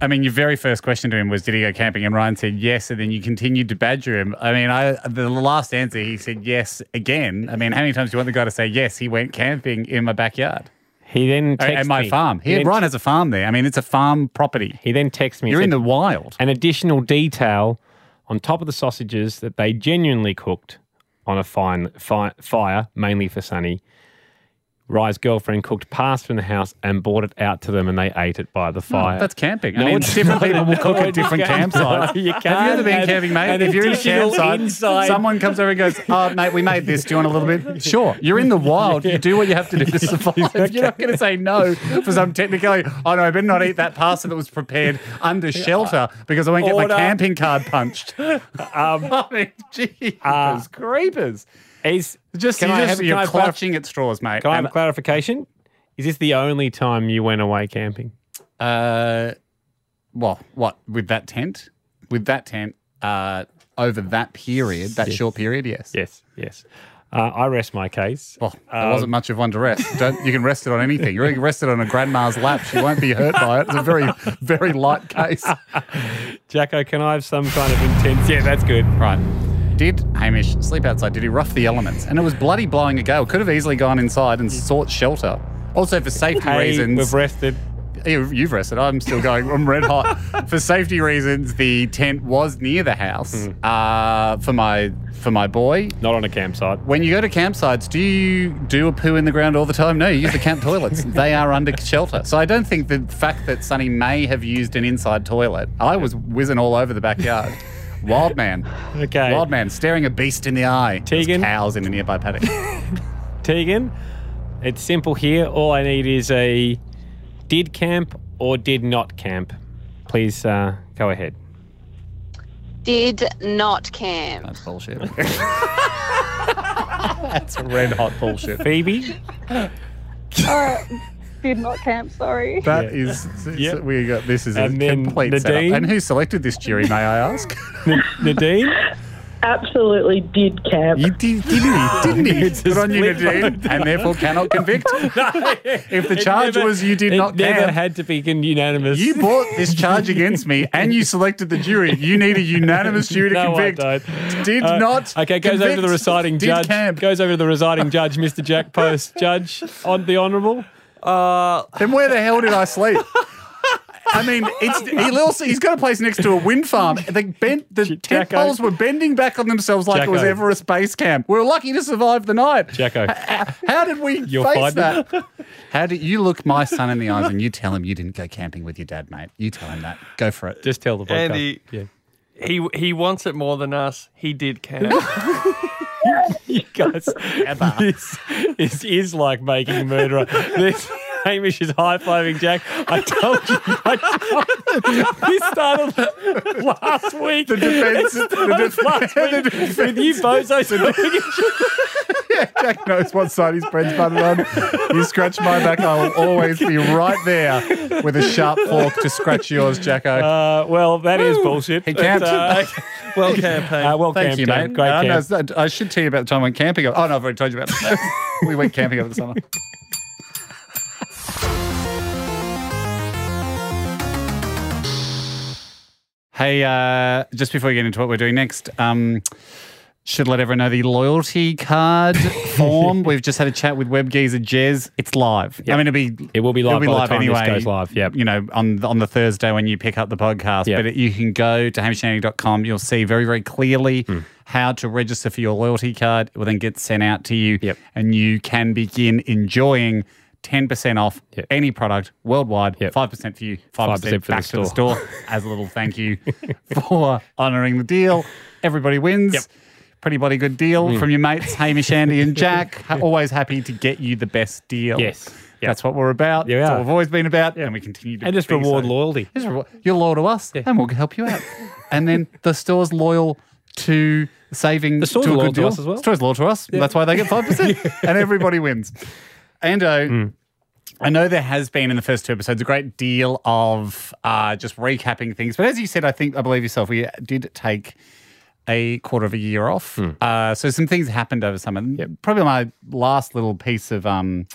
D: I mean, your very first question to him was, "Did he go camping?" And Ryan said yes, and then you continued to badger him. I mean, I the last answer he said yes again. I mean, how many times do you want the guy to say yes? He went camping in my backyard.
C: He then
D: at,
C: texted
D: my
C: me.
D: farm.
C: He
D: He,
C: then-
D: Ryan has a farm there. I mean, it's a farm property.
C: He then texted me. and
D: You're in
C: said,
D: the wild.
C: An additional detail on top of the sausages that they genuinely cooked on a fine, fi- fire, mainly for Sunny. Rye's girlfriend cooked pasta from the house and brought it out to them, and they ate it by the fire.
D: Oh, that's camping. I mean, different people will cook at different campsites.
C: You
D: Have
C: can't
D: you ever been
C: have
D: camping, mate?
C: an
D: If you're in a
C: additional
D: campsite,
C: inside-
D: someone comes over and goes, "Oh, mate, we made this. Do you want a little bit?" Sure. You're in the wild. You do what you have to do to survive. You're not going to say no for some technicality. Oh no, I better not eat that pasta that was prepared under shelter because I won't get
C: Order. Um,
D: my camping card punched. I mean, jeepers, creepers.
C: Is
D: Just,
C: uh, Can
D: you
C: I
D: just
C: have-
D: you're
C: can I clarif-
D: clutching at straws, mate.
C: Can I have
D: And-
C: a clarification? Is this the only time you went away camping?
D: Uh, well, what with that tent? With that tent, uh, over that period, that
C: Yes.
D: short period, yes,
C: yes, yes. Uh, I rest my case.
D: Well, there
C: Um,
D: wasn't much of one to rest. Don't, you can rest it on anything. You can rest it on a grandma's lap. She won't be hurt by it. It's a very, very light case.
C: Jacko, can I have some kind of intense? Yeah, that's good.
D: Right. Did Hamish sleep outside? Did he rough the elements? And it was bloody blowing a gale. Could have easily gone inside and sought shelter. Also, for safety
C: Mm. Hey,
D: reasons,
C: we've rested.
D: You- You've rested. I'm still going. I'm red hot. for safety reasons, the tent was near the house uh, for my for my boy.
C: Not on a campsite.
D: When you go to campsites, do you do a poo in the ground all the time? No, you use the camp toilets. They are under shelter. So I don't think the fact that Sonny may have used an inside toilet. I was whizzing all over the backyard. Wild man.
C: Okay.
D: Wild man staring a beast in the eye. There's
C: Tegan?
D: cows in a nearby paddock.
C: Tegan, it's simple here. All I need is a did camp or did not camp. Please uh, go ahead.
M: Did not camp.
D: That's bullshit. That's red hot bullshit.
C: Phoebe?
F: Uh, did not camp, sorry.
D: That is, so we got this is
C: And
D: a
C: then
D: complete
C: Nadine?
D: setup. And who selected this jury, may I ask?
C: Nadine,
F: Absolutely did camp.
D: You did, didn't he? Didn't he?
F: It's a
D: Good on you,
F: split
D: Nadine,
F: vote.
D: and therefore cannot convict. if the
C: It
D: charge
C: never-
D: was you did
C: it
D: not
C: never
D: camp,
C: had to be con- unanimous.
D: you brought this charge against me, and you selected the jury. You need a unanimous jury to
C: No, I
D: convict. Did
C: Uh,
D: not.
C: Okay, goes over to the
D: convict.
C: residing
D: Did
C: judge.
D: camp.
C: Goes over to the residing judge, Mr. Jack Post. Judge on the honourable.
D: Uh, then where the hell did I sleep? I mean, it's he also, he's got a place next to a wind farm. The bent the tent
C: Jacko.
D: poles were bending back on themselves like it was
C: Jacko.
D: ever a space camp. We were lucky to survive the night.
C: Jacko.
D: How did we
C: You're
D: face
C: fine.
D: that? How do you look my son in the eyes and you tell him you didn't go camping with your dad, mate? You tell him that. Go for it.
C: Just tell the
E: Andy, he he wants it more than us. He did camp.
C: you guys, this is, is like making a murderer. This Hamish is high fiving Jack. I told you. I told you. This started last week. The
D: defense- the def-
C: last week with you bozos.
D: yeah, Jack knows what side his friend's butted on. You scratch my back, I will always be right there with a sharp fork to scratch yours, Jacko.
C: Uh, well, that is bullshit.
D: He camped.
C: But, uh,
E: well camped.
C: Uh, well
D: Thank
C: camped,
D: you,
C: Dan.
D: mate.
C: Great
D: I,
C: camp.
D: know, I should tell you about the time I went camping. Oh, no, I've already told you about that. we went camping over the summer. Hey, uh, just before we get into what we're doing next, um, should let everyone know the loyalty card form. We've just had a chat with WebGeezer Jez. It's live. I mean, it'll be
C: it will be live
D: it'll be
C: by the
D: live
C: time this
D: anyway.
C: goes live, yep.
D: you know, on the, on the Thursday when you pick up the podcast.
C: Yep.
D: But it, you can go to hamishandy.com. You'll see very very clearly
C: Hmm.
D: how to register for your loyalty card. It will then get sent out to you, and you can begin enjoying. 10% off any product worldwide, 5% for you, 5%,
C: 5% for
D: back
C: the
D: to the
C: store.
D: store as a little thank you for honoring the deal. Everybody wins. Pretty bloody good deal
C: Hmm.
G: Mm.
D: from your mates, Hamish, Andy, and Jack. Ha- Always happy to get you the best deal.
G: Yes.
D: That's what we're about.
G: Yeah, we
D: That's
G: are.
D: what we've always been about. And we continue to
G: And just
D: be
G: reward
D: so.
G: loyalty.
D: Just reward- You're loyal to us, and we'll help you out. and then the store's loyal to saving
G: The store's
D: to a
G: loyal
D: good
G: to
D: deal.
G: us as well.
D: The store's loyal to us.
G: Yeah.
D: That's why they get 5%. And everybody wins. Ando,
G: Mm.
D: I know there has been in the first two episodes a great deal of uh, just recapping things. But as you said, I think, I believe yourself, we did take a quarter of a year off.
G: Hmm.
D: Uh, so some things happened over summer. Probably my last little piece of um,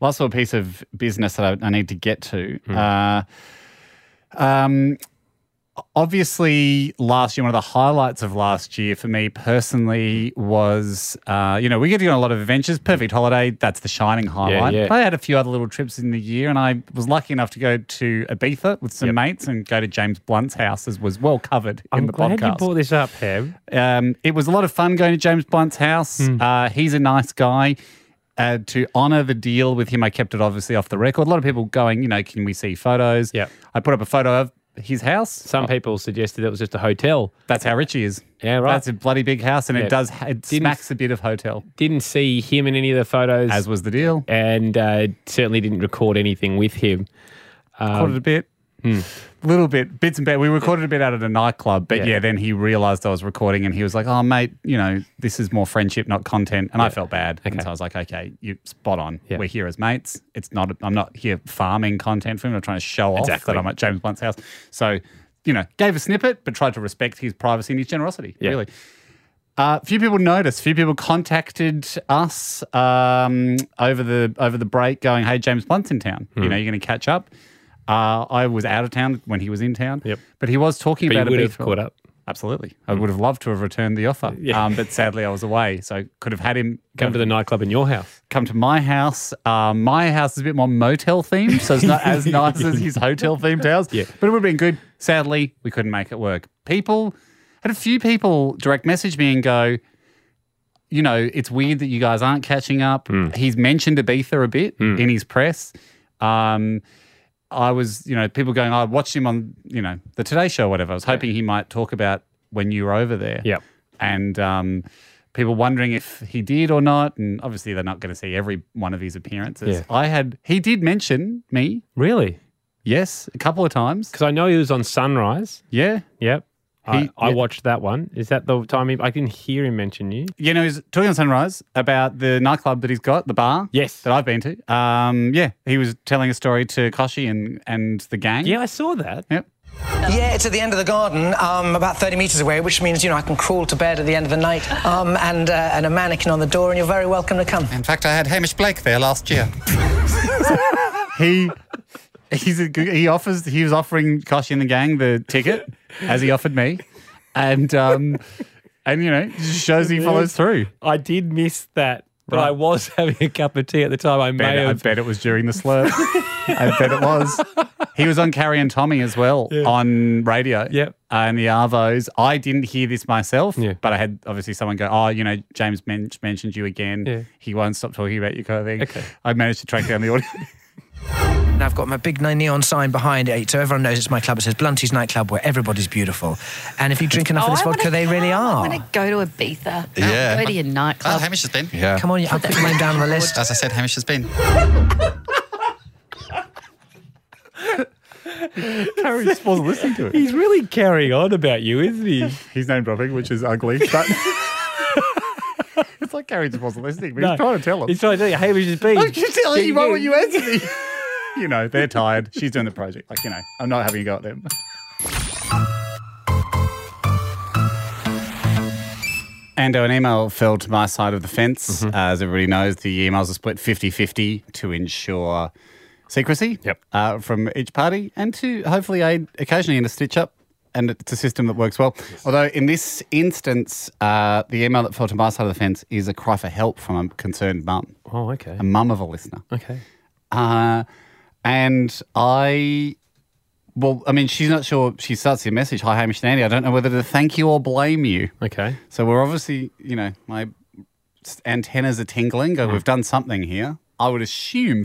D: last little piece of business that I, I need to get to.
G: Hmm.
D: Uh, um, obviously, last year, one of the highlights of last year for me personally was, uh, you know, we get to go on a lot of adventures. Perfect Holiday, that's the shining highlight.
G: Hmm. yeah.
D: But I had a few other little trips in the year, and I was lucky enough to go to Ibiza with some mates and go to James Blunt's house, as was well covered in
G: I'm
D: the
G: glad
D: podcast.
G: you brought this up, Ham.
D: Um, it was a lot of fun going to James Blunt's house.
G: Hmm.
D: Uh, he's a nice guy. Uh, to honour the deal with him, I kept it obviously off the record. A lot of people going, you know, can we see photos? Yeah. I put up a photo of his house.
C: Uh,
D: Some
G: people suggested it was just a hotel.
D: That's how rich he is.
G: Yeah, right.
D: That's a bloody big house, and
G: Yeah.
D: it does it
G: Didn't-
D: smacks a bit of hotel.
G: Didn't see him in any of the photos, as
D: was the deal,
G: and uh, certainly didn't record anything with him.
D: Recorded a bit. Little bit, bits and bits. We recorded a bit out at a nightclub, but yeah, then he realised I was recording, and he was like, "Oh, mate, you know, this is more friendship, not content." And I felt bad, and so I was like, "Okay, you spot on. We're here as mates. It's not. I'm not here farming content for him. I'm not trying to show off
G: Exactly.
D: that I'm at James Blunt's house." So, you know, gave a snippet, but tried to respect his privacy and his generosity.
G: Yeah.
D: Really. Uh, few people noticed. Few people contacted us um, over the over the break, going, "Hey, James Blunt's in town.
G: Hmm.
D: You know, you're going to catch up." Uh, I was out of town when he was in town. Yep. But he was talking
G: But you
D: about
G: would
D: a
G: have caught up. Hmm.
D: Absolutely. I would have loved to have returned the offer.
G: Yeah.
D: Um, but sadly, I was away, so could have had him
G: Come to the nightclub in your house.
D: Come to my house. Uh, my house is a bit more motel themed, so it's not as nice as his hotel themed house. Yeah. But it would have been good. Sadly, we couldn't make it work. People had a few people direct message me and go, you know, it's weird that you guys aren't catching up. He's mentioned Ibiza a bit in his press. Um, I was, you know, people going, I watched him on, you know, the Today Show, or whatever. I was hoping he might talk about when you were over there. Yeah. And um, people wondering if he did or not. And obviously, they're not going to see every one of his appearances.
G: Yeah.
D: I had, he did mention me.
G: Really?
D: Yes, a couple of times.
G: Because I know he was on Sunrise.
D: Yeah.
G: Yep. I,
D: He-
G: I
D: yeah.
G: watched that one. Is that the time he, I didn't hear him mention you?
D: You know, he's talking on Sunrise about the nightclub that he's got, the bar.
G: Yes.
D: That I've been to. Um, yeah. He was telling a story to Koshi and, and the gang. Yeah,
G: I saw that.
D: Yep.
N: Yeah, it's at the end of the garden, um, about 30 metres away, which means, you know, I can crawl to bed at the end of the night um, and, uh, and a mannequin on the door, and you're very welcome to come.
B: In fact, I had Hamish Blake there last year.
D: he he's a, good- he offers he was offering Koshi and the gang the ticket as he offered me, and um, and you know just shows he follows through.
G: I did miss that, but I was having a cup of tea at the time. I
D: Bet-
G: may
D: I
G: have.
D: bet it was during the slurp. I bet it was. He was on Carrie and Tommy as well on radio. Yep. and the Arvos. I didn't hear this myself, but I had obviously someone go, "Oh, you know, James men- mentioned you again.
N: Yeah.
D: He won't stop talking about you." Kind of thing. Okay. I managed to track down the audio.
N: And I've got my big neon sign behind it, so everyone knows it's my club. It says Blunty's Nightclub, where everybody's beautiful. And if you drink enough
J: Oh,
N: of this
J: I wanna
N: vodka, they really
J: I'm
N: are.
J: going to go to Ibiza.
N: Yeah.
J: Go to your nightclub.
B: Hamish has been.
N: Yeah. Come on, I'll put your name down on the list.
B: As I said, Hamish has been.
D: Carrie's wasn't listening to it.
G: He's really carrying on about you, isn't he?
D: He's name dropping, which is ugly, but. It's like Gary just wasn't listening, but
G: No.
D: he's trying to tell him.
G: He's trying to tell you, hey, we just been.
D: I'm just telling you, why
G: Yeah,
D: would you answer me? you know, they're tired. She's doing the project. Like, you know, I'm not having a go at them. And an email fell to my side of the fence. Uh, as everybody knows, the emails are split 50 50 to ensure secrecy uh, from each party and to hopefully aid occasionally in a stitch up. And it's a system that works well. Although, in this instance, uh, the email that fell to my side of the fence is a cry for help from a concerned mum.
G: Oh, okay.
D: A mum of a listener.
G: Okay.
D: Uh, and I, well, I mean, she's not sure. She starts your message, Hi, Hamish and Andy. I don't know whether to thank you or blame you.
G: Okay.
D: So we're obviously, you know, my s- antennas are tingling. Go, we've done something here. I would assume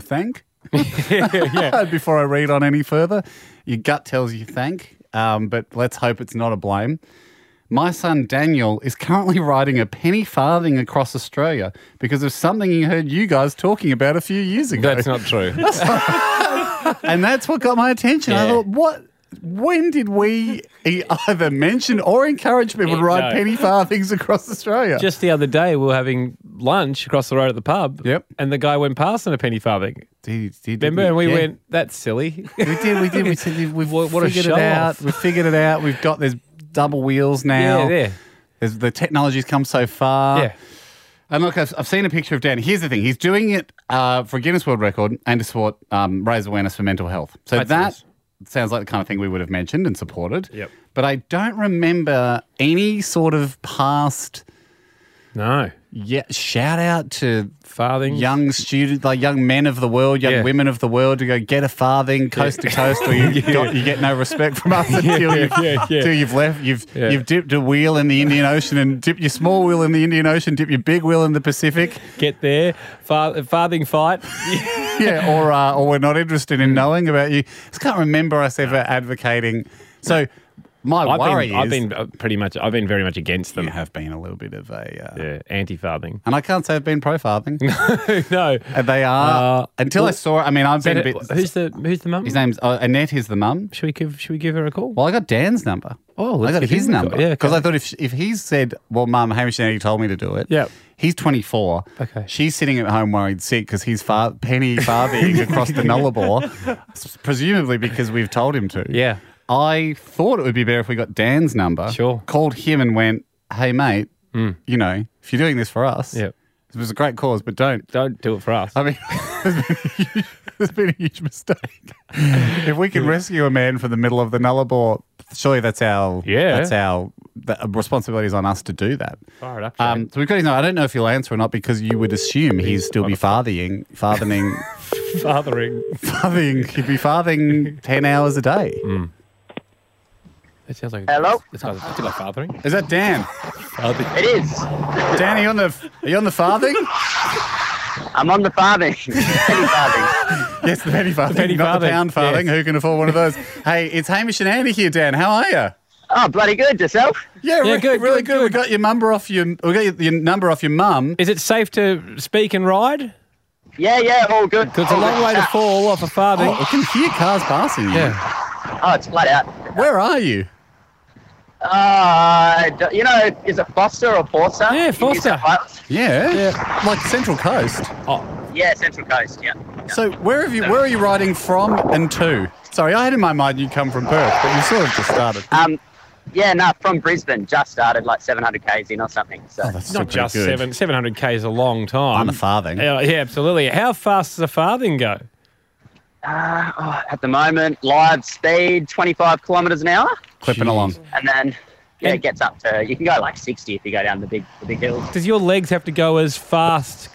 D: thank. Before I read on any further, your gut tells you thank, um, but let's hope it's not a blame. My son Daniel is currently riding a penny farthing across Australia because of something he heard you guys talking about a few years ago.
C: That's not true.
D: and that's what got my attention. I
C: Yeah.
D: thought, what? When did we e- either mention or encourage people to
C: Yeah,
D: ride
C: no.
D: penny farthings across Australia?
C: Just the other day, we were having lunch across the road at the pub. Yep. And the guy went past on a penny farthing. Remember? And we
D: yeah.
C: went, that's silly.
D: we did, we did. We said we've, we've
C: What- what a
D: figured it
C: show-off.
D: out. We've figured it out. We've got there's double wheels now.
C: Yeah, yeah.
D: There's, the technology's come so far.
C: Yeah.
D: And look, I've, I've seen a picture of Dan. Here's the thing: he's doing it uh, for Guinness World Record and to support um, raise awareness for mental health. So
C: That's
D: that sounds like the kind of thing we would have mentioned and supported.
C: Yep.
D: But I don't remember any sort of past. Uh,
C: No.
D: Yeah. Shout out to
C: farthing
D: young students, like young men of the world, young women of the world, to go get a farthing coast to coast, or you, got, you get no respect from us
C: Yeah,
D: until, you've,
C: yeah, yeah.
D: until you've left. You've
C: Yeah.
D: you've dipped a wheel in the Indian Ocean and dipped your small wheel in the Indian Ocean, dip your big wheel in the Pacific.
C: Get there, far, farthing fight.
D: yeah, or uh, or we're not interested in knowing about you. I just can't remember us ever advocating. So my
C: I've
D: worry
C: been,
D: is
C: I've been uh, pretty much, I've been very much against them. You
D: have been a little bit of a uh,
C: yeah, anti farthing.
D: and I can't say I've been pro farthing.
C: no,
D: they are. until
C: Uh,
D: I
C: well,
D: saw, I mean, I've been a bit.
C: Who's the Who's the mum?
D: His name's uh, Annette. Is the mum?
C: Should we give Should we give her a call?
D: Well, I got Dan's number.
C: Oh, let's
D: I got
C: give
D: his
C: him a call.
D: number.
C: Yeah,
D: because I thought if if he said, "Well, Mum, Hamish and Andy told me to do it."
C: Yeah.
D: He's 24. Okay. She's sitting at home worried sick because he's far, penny farthing across the Nullarbor, s- presumably because we've told him to.
C: Yeah.
D: I thought it would be better if we got Dan's number. Sure. Called him and went, "Hey, mate, you know, if you're doing this for us,
C: Hmm. Yep.
D: it was a great cause, but don't
C: don't do it for us."
D: I mean, there's been a huge mistake. if we can rescue a man from the middle of the Nullarbor, surely that's our
C: Yeah.
D: That's our the responsibility is on us to do that.
C: Fire it up.
D: Um, so we've got his number. I don't know if he'll answer or not because you would assume he's still be farthing, farthing,
C: Fathering.
D: farthing. He'd be farthing ten hours a day.
C: It sounds like
O: Hello?
C: This guy's that's about fathering.
D: Is that Dan?
O: It is.
D: Dan, are you on the are you on the farthing?
O: I'm on the farthing. Penny farthing.
D: Yes, the penny farthing,
O: penny
D: not
O: farthing,
D: the pound farthing.
O: yes.
D: Who can afford one of those? hey, it's Hamish and Andy here, Dan. How are you?
O: Oh, bloody good. Yourself?
D: Yeah, re- really good, We got your number off your. We got your, your number off your mum.
C: Is it safe to speak and ride?
O: Yeah, yeah, all good.
C: Because it's a
O: All
C: long
O: good.
C: way to fall off a farthing.
D: Oh, I can hear cars passing. Yeah.
O: Oh, it's flat out.
D: Where are you?
O: Uh, d- you know, is it Foster or Forster? Yeah,
C: Forster.
D: Yeah. Like Central Coast.
C: Oh.
O: Yeah, Central Coast, yeah.
D: So where have you? Where are you riding from and to? Sorry, I had in my mind you come from Perth, but you sort of just started.
C: Ah,
O: Um, yeah, no, from Brisbane. Just started like 700 Ks in or something. So.
D: Oh,
C: Not just seven seven hundred k is a long time.
D: On a farthing.
C: Yeah, yeah, absolutely. How fast does a farthing go?
O: Uh, oh, at the moment, live speed 25 kilometres an hour.
D: Clipping along.
O: And then, yeah, it gets up to, you can go like 60 if you go down the big, the big hills.
C: Does your legs have to go as fast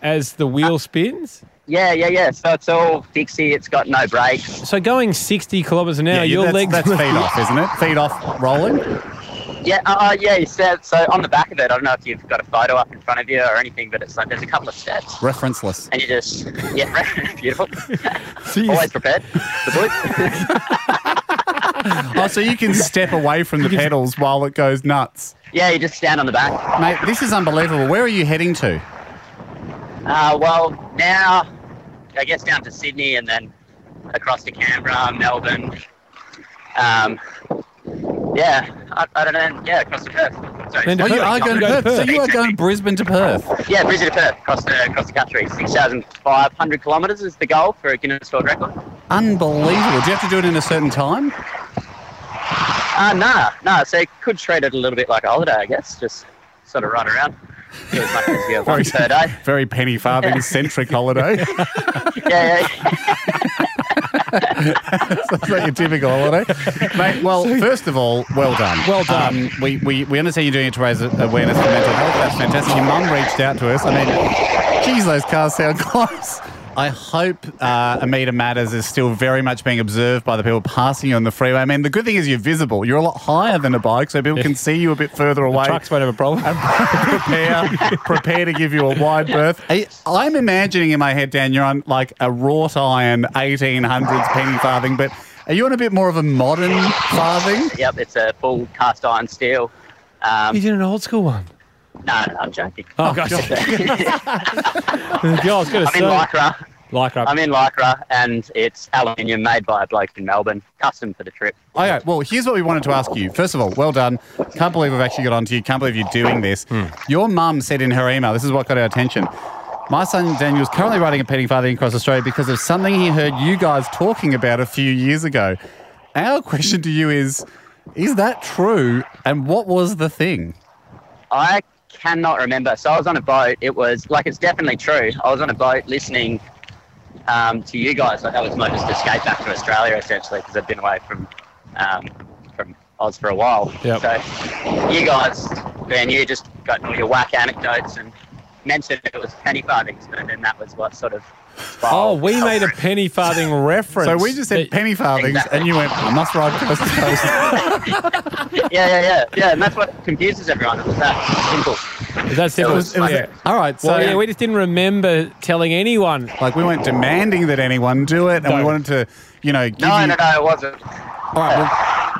C: as the wheel spins?
O: Yeah, yeah, yeah. So it's all fixie. It's got no brakes.
C: So going sixty kilometers an hour,
O: Yeah, you-
C: your
O: that's-
C: legs
O: that's feet off,
D: isn't it? Feet off rolling.
O: Yeah, uh, uh, yeah. You said so on the back of it. I don't know if you've got a photo up in front of you or anything, but it's like there's a couple of steps,
D: Referenceless.
O: and you just yeah, beautiful. Always prepared. The boys.
D: oh, so you can step away from the pedals while it goes nuts.
O: Yeah, you just stand on the back.
D: Mate, this is unbelievable. Where are you heading to?
O: Uh, well, now I guess down to Sydney and then across to Canberra, Melbourne. Um, yeah, I, I don't know. Yeah, across to Perth. Sorry,
D: oh, you are going to Perth. So you are going Brisbane to Perth.
O: Yeah, Brisbane to Perth, across the, across the country. 6,500 kilometres is the goal for a Guinness World Record.
D: Unbelievable. Do you have to do it in a certain time?
O: Uh, nah, nah. So you could treat it a little bit like a holiday, I guess. Just sort of run around. Do as much as you
D: Very-
O: want per day.
D: Very penny farthing centric holiday.
O: Yeah, yeah.
D: That's not your typical holiday. Mate, well, first of all, well done. Well done. we, we, we understand you're doing it to raise awareness for mental health. That's fantastic. Your mum reached out to us. I mean, geez, those cars sound close. I hope uh, Amita Matters is still very much being observed by the people passing you on the freeway. I mean, the good thing is you're visible. You're a lot higher than a bike, so people can see you a bit further away.
C: Trucks won't have a problem.
D: prepare, prepare to give you a wide berth. I- I'm imagining in my head, Dan, you're on like a wrought iron 1800s penny farthing, but Are you on a bit more of a modern farthing?
K: Yep, it's a full cast iron steel. Um,
D: did an old school one.
K: no, no, I'm joking.
C: Oh, gosh. Yeah, I was going to
K: I'm
C: say.
K: in Lycra.
C: Lycra.
K: I'm in Lycra, and it's aluminium made by a bloke in Melbourne, custom for the trip.
D: Okay, well, here's what we wanted to ask you. First of all, well done. Can't believe we've actually got onto you. Can't believe you're doing this. Your mum said in her email, this is what got our attention. My son Daniel's currently writing a petting farthing across Australia because of something he heard you guys talking about a few years ago. Our question to you is Is that true? And what was the thing?
K: I cannot remember. So I was on a boat. It was like it's definitely true. I was on a boat listening um, to you guys. Like that was my just escape back to Australia essentially because I'd been away from um, from Oz for a while.
C: Yep.
K: So you guys, man, you just got all your whack anecdotes and mentioned it was penny farthings, but then that was what sort of
C: Oh, we made a penny farthing reference.
D: So we just said penny farthings, and you went, I must ride coast to coast.
K: yeah, yeah, yeah, yeah, and that's what confuses everyone. It was that simple.
C: Is that simple?
D: It was- it was-
C: Oh, Yeah.
D: all right,
C: well,
D: so-
C: yeah, we just didn't remember telling anyone.
D: Like, we weren't demanding that anyone do it, and we
C: No.
D: wanted to, you know, give
K: No,
D: you.
K: no, no, it wasn't.
D: All right, well,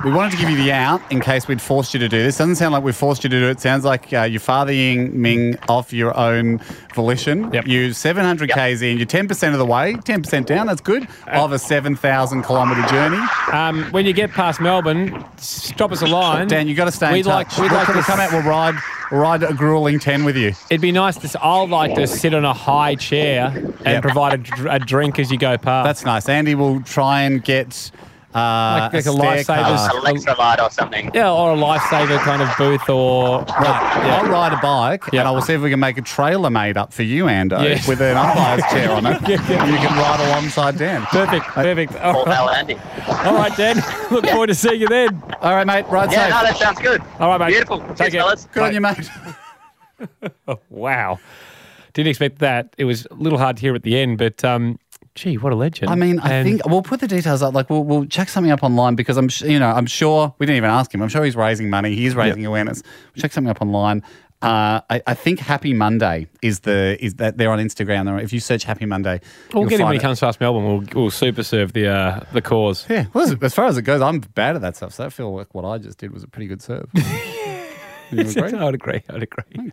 D: we wanted to give you the out in case we'd forced you to do this. Doesn't sound like we forced you to do it. Sounds like uh, you're fathering Ming off your own volition. Yep. You're 700 k's in. You're 10% of the way, 10% down. That's good.
C: Uh,
D: of a 7,000 kilometre journey.
C: Um, when you get past Melbourne, s- drop us a line.
D: Dan, you got to stay
C: We'd
D: in touch.
C: like- we'd
D: We're
C: like
D: gonna
C: to
D: come out. We'll ride, we'll ride a grueling 10 with you.
C: It'd be nice to. s- I'll like to sit on a high chair and
D: Yep.
C: provide a, dr- a drink as you go past.
D: That's nice. Andy will try and get uh,
C: Like- like a
D: stair car.
C: lifesavers-
K: Electrolyte or something.
C: yeah, or a lifesaver kind of booth, or
D: Right. I'll ride a bike and I will see if we can make a trailer made up for you, Ando,
C: Yes.
D: with an umpire's chair on it.
C: Yeah, yeah.
D: And you can ride alongside Dan.
C: Perfect, perfect. All
K: Well,
C: right,
K: Andy.
C: All right Dan. Look forward to seeing you then.
D: All right, mate. Ride
K: Yeah,
D: safe.
K: no, that sounds good.
C: All right, mate.
K: Beautiful.
C: Take
K: Cheers,
C: care.
K: fellas.
D: Good on you, mate.
C: Wow. Didn't expect that. It was a little hard to hear at the end, but um, gee, what a legend.
D: I mean, I
C: And-
D: think we'll put the details up. Like we'll, we'll check something up online because I'm, sh- you know, I'm sure we didn't even ask him. I'm sure he's raising money. He's raising awareness. We'll check something up online. Uh, I, I think Happy Monday is the is that they're on Instagram. They're on- If you search Happy Monday,
C: We'll
D: you'll
C: get him when
D: find
C: he
D: it.
C: comes past Melbourne. We'll, we'll super serve the uh, the cause.
D: Yeah, well, as, as far as it goes, I'm bad at that stuff. So I feel like what I just did was a pretty good serve. you agree?
C: I'd agree. I'd agree.